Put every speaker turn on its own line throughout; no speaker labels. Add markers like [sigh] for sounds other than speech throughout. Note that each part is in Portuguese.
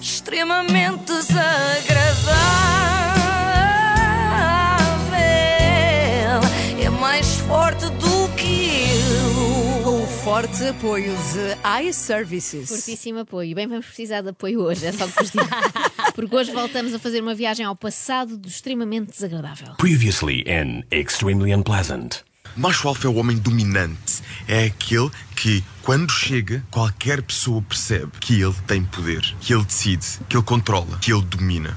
extremamente desagradável. É mais forte do que eu.
Com o forte apoio de iServices.
Fortíssimo apoio. Bem, vamos precisar de apoio hoje, é só que vos
[laughs]
digo. Porque hoje voltamos a fazer uma viagem ao passado do extremamente desagradável.
Previously in Extremely Unpleasant.
Macho alfa é o homem dominante. É aquele que, quando chega, qualquer pessoa percebe que ele tem poder, que ele decide, que ele controla, que ele domina.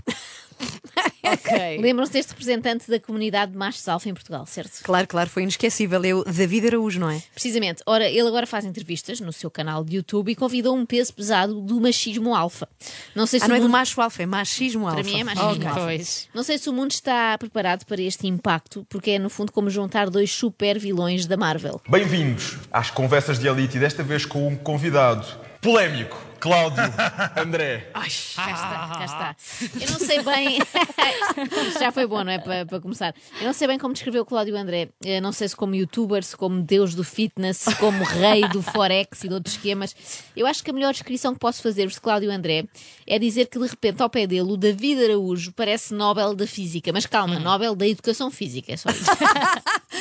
Ok.
Lembram-se deste representante da comunidade de machos alfa em Portugal, certo?
Claro, claro, foi inesquecível. É o David Araújo, não é?
Precisamente. Ora, ele agora faz entrevistas no seu canal de YouTube e convidou um peso pesado do machismo alfa. Não sei se
Ah, não
o
é do
mundo-
macho alfa, é machismo alfa.
Para mim é machismo
Ok.
alfa. Não sei se o mundo está preparado para este impacto, porque é no fundo como juntar dois super vilões da Marvel.
Bem-vindos às conversas de elite, e desta vez com um convidado polémico, Cláudio André.
Cá está, cá está. Eu não sei bem. [laughs] Isto já foi bom, não é? Para, para começar. Eu não sei bem como descreveu o Cláudio André. Eu não sei se como youtuber, se como deus do fitness, se como rei do forex e de outros esquemas. Eu acho que a melhor descrição que posso fazer-vos de Cláudio André é dizer que de repente ao pé dele o David Araújo parece Nobel da Física. Mas calma,
Hum.
Nobel da Educação Física, é só
[laughs]
isso.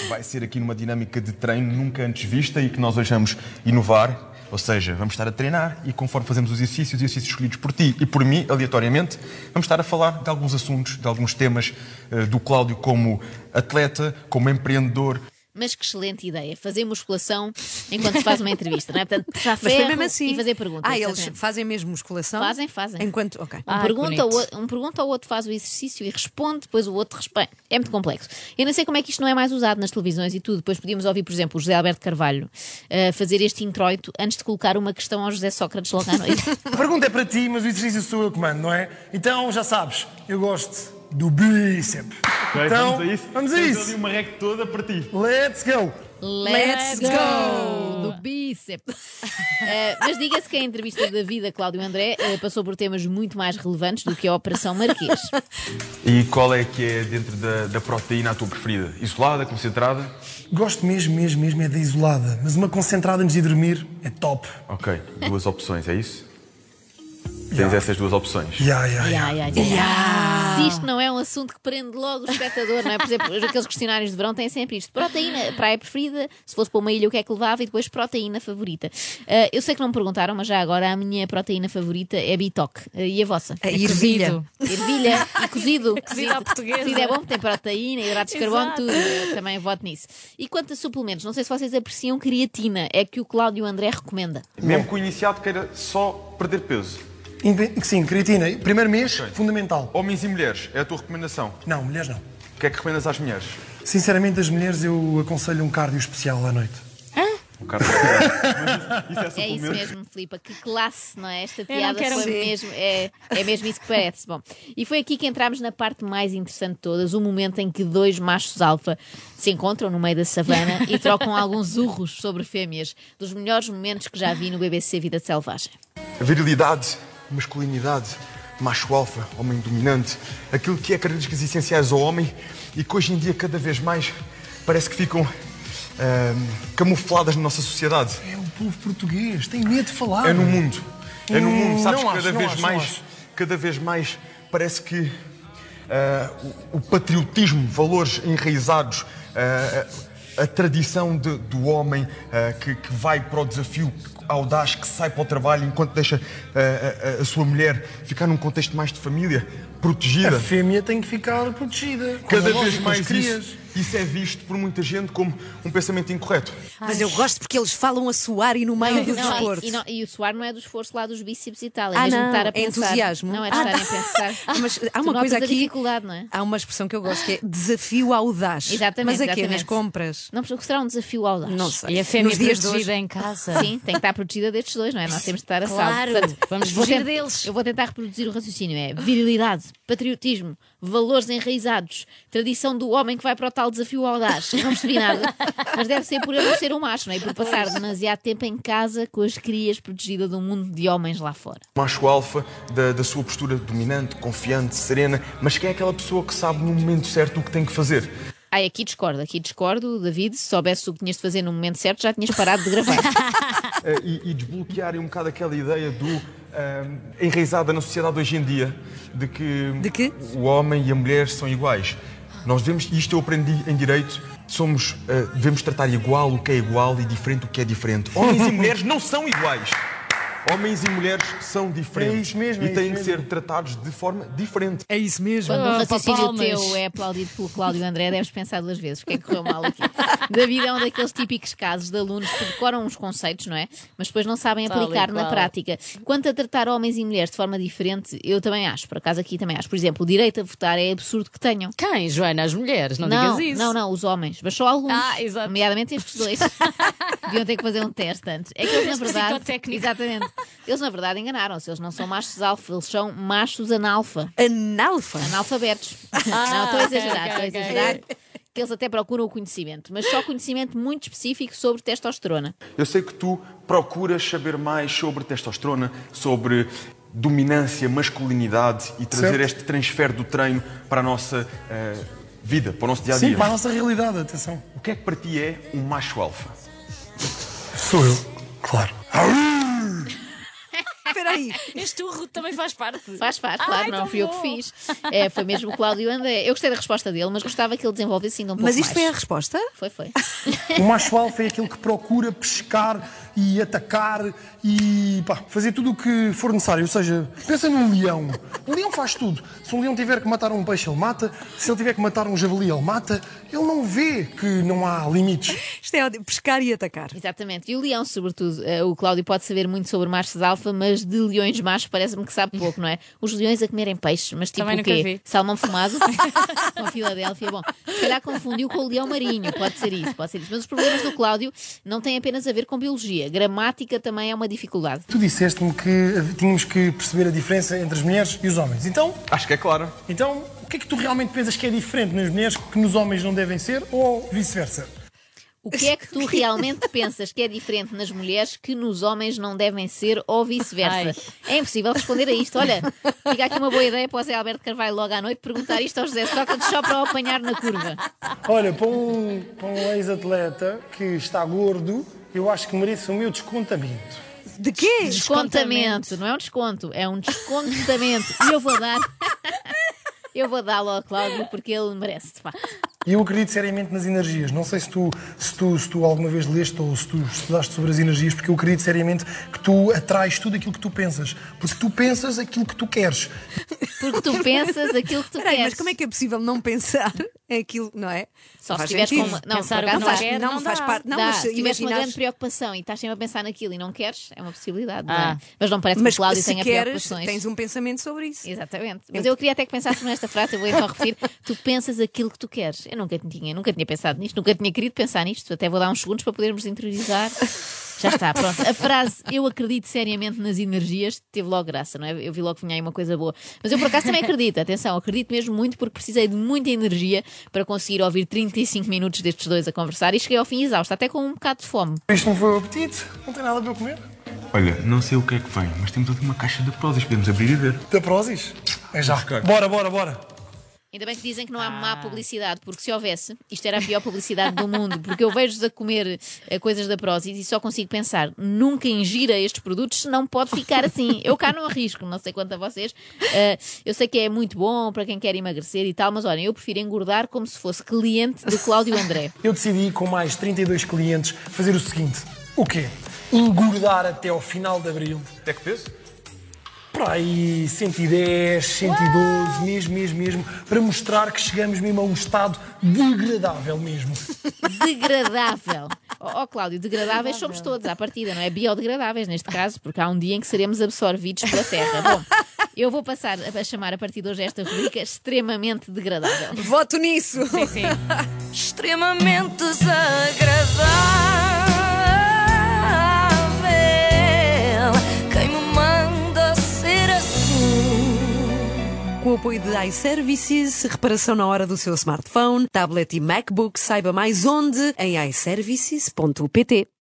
Vai ser aqui numa dinâmica de treino nunca antes vista e que nós achamos inovar. Ou seja, vamos estar a treinar e conforme fazemos os exercícios, os exercícios escolhidos por ti e por mim, aleatoriamente, vamos estar a falar de alguns assuntos, de alguns temas eh, do Cláudio como atleta, como empreendedor.
Mas que excelente ideia, fazer musculação enquanto se faz uma entrevista, não é? Portanto, puxar
Mas foi
ferro
mesmo assim.
e fazer perguntas.
Ah, eles
exatamente.
fazem mesmo musculação?
Fazem, fazem.
Enquanto. Ok.
Um,
Ai,
pergunta,
bonito.
o outro- um pergunta ao outro, faz o exercício e responde, depois o outro responde. É muito complexo. Eu não sei como é que isto não é mais usado nas televisões e tudo. Depois podíamos ouvir, por exemplo, o José Alberto Carvalho eh, fazer este introito antes de colocar uma questão ao José Sócrates logo à noite. [laughs]
A pergunta é para ti, mas o exercício sou eu que mando, não é? Então já sabes, eu gosto do bíceps. então, Vamos a isso. um-
uma rec toda para ti.
Let's go!
Let's go!
Do bíceps. Eh, mas diga-se que a entrevista da vida Cláudio André eh, passou por temas muito mais relevantes do que a Operação Marquês.
E qual é que é dentro da, da proteína a tua preferida? Isolada, concentrada?
Gosto mesmo, mesmo, mesmo é da isolada, mas uma concentrada antes de dormir é top.
Ok, duas [laughs] opções, é isso? Tens essas duas opções.
Ya, ya, ya.
Ya, ya, ya. Se isto não é um assunto que prende logo o espectador, não é? Por exemplo, aqueles questionários de verão têm sempre isto: proteína, praia preferida, se fosse para uma ilha, o que é que levava, e depois proteína favorita. Ah, eu sei que não me perguntaram, mas já agora a minha proteína favorita é bitoque. Ah, e a vossa?
A ervilha.
cozido.
Ervilha e cozido.
Cozido à portuguesa.
Cozido é bom porque tem proteína, hidratos de carbono,
Exato.
tudo. Eu também voto nisso. E quanto a suplementos, não sei se vocês apreciam creatina, é que o Cláudio André recomenda.
Mesmo que o iniciado queira só perder peso.
Inve- Sim, creatina, primeiro mês, fundamental.
Homens e mulheres, é a tua recomendação.
Não, mulheres não.
O que é que recomendas às mulheres?
Sinceramente, as mulheres eu aconselho um cardio especial à noite.
O cara... Mas isso,
É isso
suplemento?
mesmo, Filipa, que classe, não é? Esta
não
piada
quero
foi
ver.
mesmo, é, é mesmo isso que parece. Bom, e foi aqui que entramos na parte mais interessante de todas, o momento em que dois machos alfa se encontram no meio da
[laughs]
savana e trocam alguns urros sobre fêmeas, dos melhores momentos que já vi no BBC Vida Selvagem.
Virilidade, masculinidade, macho alfa, homem dominante, aquilo que é características essenciais ao homem e que hoje em dia cada vez mais parece que ficam ahm, camufladas na nossa sociedade.
É o povo português, tem medo de falar.
É no mundo. É no
Hum,
mundo. Sabes
não
que cada
acho, não
vez
acho, não
mais,
acho.
cada vez mais parece que ah, o, o patriotismo, valores enraizados, ah, a, a tradição de- do homem ah, que, que vai para o desafio audaz, que sai para o trabalho enquanto deixa ah, a, a sua mulher ficar num contexto mais de família, protegida.
A fêmea tem que ficar protegida. como é
Cada vez
lógico, É com as
mais
crias.
isso, isso é visto por muita gente como um pensamento incorreto.
Mas eu gosto porque eles falam a suar e no meio do
Não,
desporto.
e, e não- e o suar não é do esforço lá dos bíceps e tal, é
Ah,
mesmo
não,
estar a
é
pensar.
entusiasmo.
Não é de
Ah,
estar a
tá.
pensar.
Ah, [laughs] mas há
Tu
uma
notas
coisa
a
aqui-
dificuldade, não é?
Há uma expressão que eu gosto que é desafio audaz.
Exatamente.
Mas a quê?
exatamente.
Nas compras?
Não, mas o que será um desafio audaz?
Não sei.
E a fêmea
Nos dias de
protegida
hoje-
em casa.
Sim, tem que estar protegida destes dois, não é? Nós temos de estar a salvo.
Claro, vamos
vou
fugir
tentar-
deles.
Eu vou tentar reproduzir o raciocínio. É virilidade, patriotismo, valores enraizados, tradição do homem que vai para o tal desafio audaz. Não percebi nada. Mas deve ser por eu não ser um macho, não é? E por passar demasiado tempo em casa com as crias protegida de um mundo de homens lá fora.
macho alfa, da, da sua postura dominante, confiante, serena, mas que é aquela pessoa que sabe no momento certo o que tem que
[laughs]
fazer.
Ai, aqui discordo, aqui discordo, David. Se soubesse o que tinhas de fazer no momento certo, já tinhas parado de gravar.
Eh, e, e desbloquearem um bocado aquela ideia do ah, enraizada na sociedade hoje em dia de que,
De que?
o homem e a mulher são iguais. Nós devemos, e isto eu aprendi em direito, somos, ah, devemos tratar igual o que é igual e diferente o que é
[laughs]
diferente. Homens e mulheres não são iguais. Homens e mulheres são diferentes
É isso mesmo, é
e
isso
têm de
mesmo.
ser tratados de forma diferente.
É isso mesmo.
Quando um
Ah,
raciocínio
palmas.
teu é aplaudido pelo Cláudio André, deves pensar duas vezes o que é que correu mal aqui. [laughs] David é um daqueles típicos casos de alunos que decoram uns conceitos, não é? Mas depois não sabem
Tal e
aplicar na
qual.
prática. Quanto a tratar homens e mulheres de forma diferente, eu também acho, por acaso aqui também acho. Por exemplo, o direito a votar é absurdo que tenham.
Quem, Joana? As mulheres, não,
Não,
digas isso.
não, não, os homens, mas só alguns.
Ah, exato.
Nomeadamente
[laughs]
estes dois. Deviam ter que fazer um teste antes. É que eles, na verdade.
psicotécnico.
Exatamente. Eles, na verdade, enganaram-se. Eles não são machos alfa, eles são machos analfa.
Analfa.
[laughs]
Analfabetos. não, estou a
Ah, ok,
exagerar, estou
ok, ok.
a exagerar. Que eles até procuram o conhecimento, mas só conhecimento muito específico sobre testosterona.
Eu sei que tu procuras saber mais sobre testosterona, sobre dominância, masculinidade e trazer
Certo.
este transfer do treino para a nossa eh, vida, para o nosso dia a
Sim,
dia.
para a nossa realidade, atenção.
O que é que para ti é um macho alfa?
Sou eu, claro.
Espera aí.
Este urro também faz parte.
Faz, faz, claro,
Ai,
não
tão
fui eu que
bom.
fiz. É, foi mesmo o Cláudio André. Eu gostei da resposta dele, mas gostava que ele desenvolvesse ainda um pouco
Mas isto foi a
mais.
resposta?
Foi, foi.
O macho alfa é aquele que procura pescar e atacar e pá, fazer tudo o que for necessário. Ou seja, pensa num leão. O leão faz tudo. Se um leão tiver que matar um peixe, ele mata. Se ele tiver que matar um javali, ele mata. Ele não vê que não há limites.
Isto é ótimo. pescar e atacar.
Exatamente. E o leão, sobretudo, eh, o Cláudio pode saber muito sobre machos alfa, mas de leões machos parece-me que sabe pouco, não é? Os leões a comerem peixe, mas tipo
Também
o
nunca
quê?
vi. [laughs]
Salmão fumado com Filadélfia. Bom, se calhar confundiu com o leão marinho, pode ser isso, pode ser isso. Mas os problemas do Cláudio não têm apenas a ver com biologia. Gramática também é uma dificuldade.
Tu disseste-me que tínhamos que perceber a diferença entre as mulheres e os homens. Então,
Acho que é claro.
então o que é que tu realmente pensas que é diferente nas mulheres que nos homens não devem ser ou vice-versa?
O que é que
[laughs]
tu realmente pensas que é diferente nas mulheres que nos homens não devem ser ou vice-versa? É impossível responder a isto. Olha, fica aqui uma boa ideia para o Zé Alberto Carvalho logo à noite perguntar isto ao José Sócrates só para o apanhar na curva.
Olha, para um, para um ex-atleta que está gordo, eu acho que merece o meu descontamento.
De quê?
Descontamento, não é um desconto, é um descontamento. E eu vou dar. Eu vou dá-lo ao Cláudio porque ele merece, de facto.
E eu acredito seriamente nas energias. Não sei se tu, se, tu, se tu alguma vez leste ou se tu estudaste sobre as energias, porque eu acredito seriamente que tu atrais tudo aquilo que tu pensas. Porque tu pensas aquilo que tu queres.
Porque tu pensas aquilo que tu
Espera aí,
queres.
mas como é que é possível não pensar [laughs] aquilo, não é?
Só
Não
se
faz
tiveres
sentido.
com uma- não,
Pensar
por
o que
acaso
Não
não
faz,
quer,
não
não
faz
dá.
parte. Não,
Dá,
mas
se tiveres uma grande
imaginares.
preocupação e estás sempre a pensar naquilo e não queres, é uma possibilidade, não é?
Ah.
Mas não parece que
Mas
o Cláudio
se
tenha
queres,
preocupações.
tens um pensamento sobre isso.
Exatamente. Mas eu queria até que pensasses nesta frase, eu vou então repetir. Tu pensas aquilo que tu queres. Eu nunca tinha, nunca tinha pensado nisto, nunca tinha querido pensar nisto. Até vou dar uns segundos para podermos interiorizar. Já está, pronto. A frase eu acredito seriamente nas energias teve logo graça, não é? Eu vi logo que vinha aí uma coisa boa. Mas eu por acaso também acredito, atenção, acredito mesmo muito porque precisei de muita energia para conseguir ouvir 35 minutos destes dois a conversar e cheguei ao fim exausta, até com um bocado de fome.
Isto não foi o apetite, não tem nada para eu comer.
Olha, não sei o que é que vem, mas temos ali uma caixa de prosas, podemos abrir e ver.
Da Prozis? É já. Bora, bora, bora.
Ainda bem que dizem que não há má publicidade, porque se houvesse, isto era a pior publicidade do mundo, porque eu vejo-vos a comer eh, coisas da Prozis e só consigo pensar, nunca ingira estes produtos, senão pode ficar assim. Eu cá não arrisco, não sei quanto a vocês. Eh, eu sei que é muito bom para quem quer emagrecer e tal, mas olhem, eu prefiro engordar como se fosse cliente do Cláudio André.
Eu decidi, com mais 32 clientes, fazer o seguinte. O quê? Engordar até ao final de abril.
Até que peso?
Para aí 110, 112, mesmo, mesmo, mesmo, para mostrar que chegamos mesmo a um estado degradável mesmo.
Degradável. Ó oh, Cláudio, degradáveis somos todos à partida, não é? Biodegradáveis neste caso, porque há um dia em que seremos absorvidos pela Terra. Bom, eu vou passar a a chamar a partir de hoje esta rubrica extremamente degradável.
Voto nisso.
extremamente desagradável. Quem me manda ser assim?
Com o apoio de iServices, reparação na hora do seu smartphone, tablet e MacBook, saiba mais onde em iServices.pt.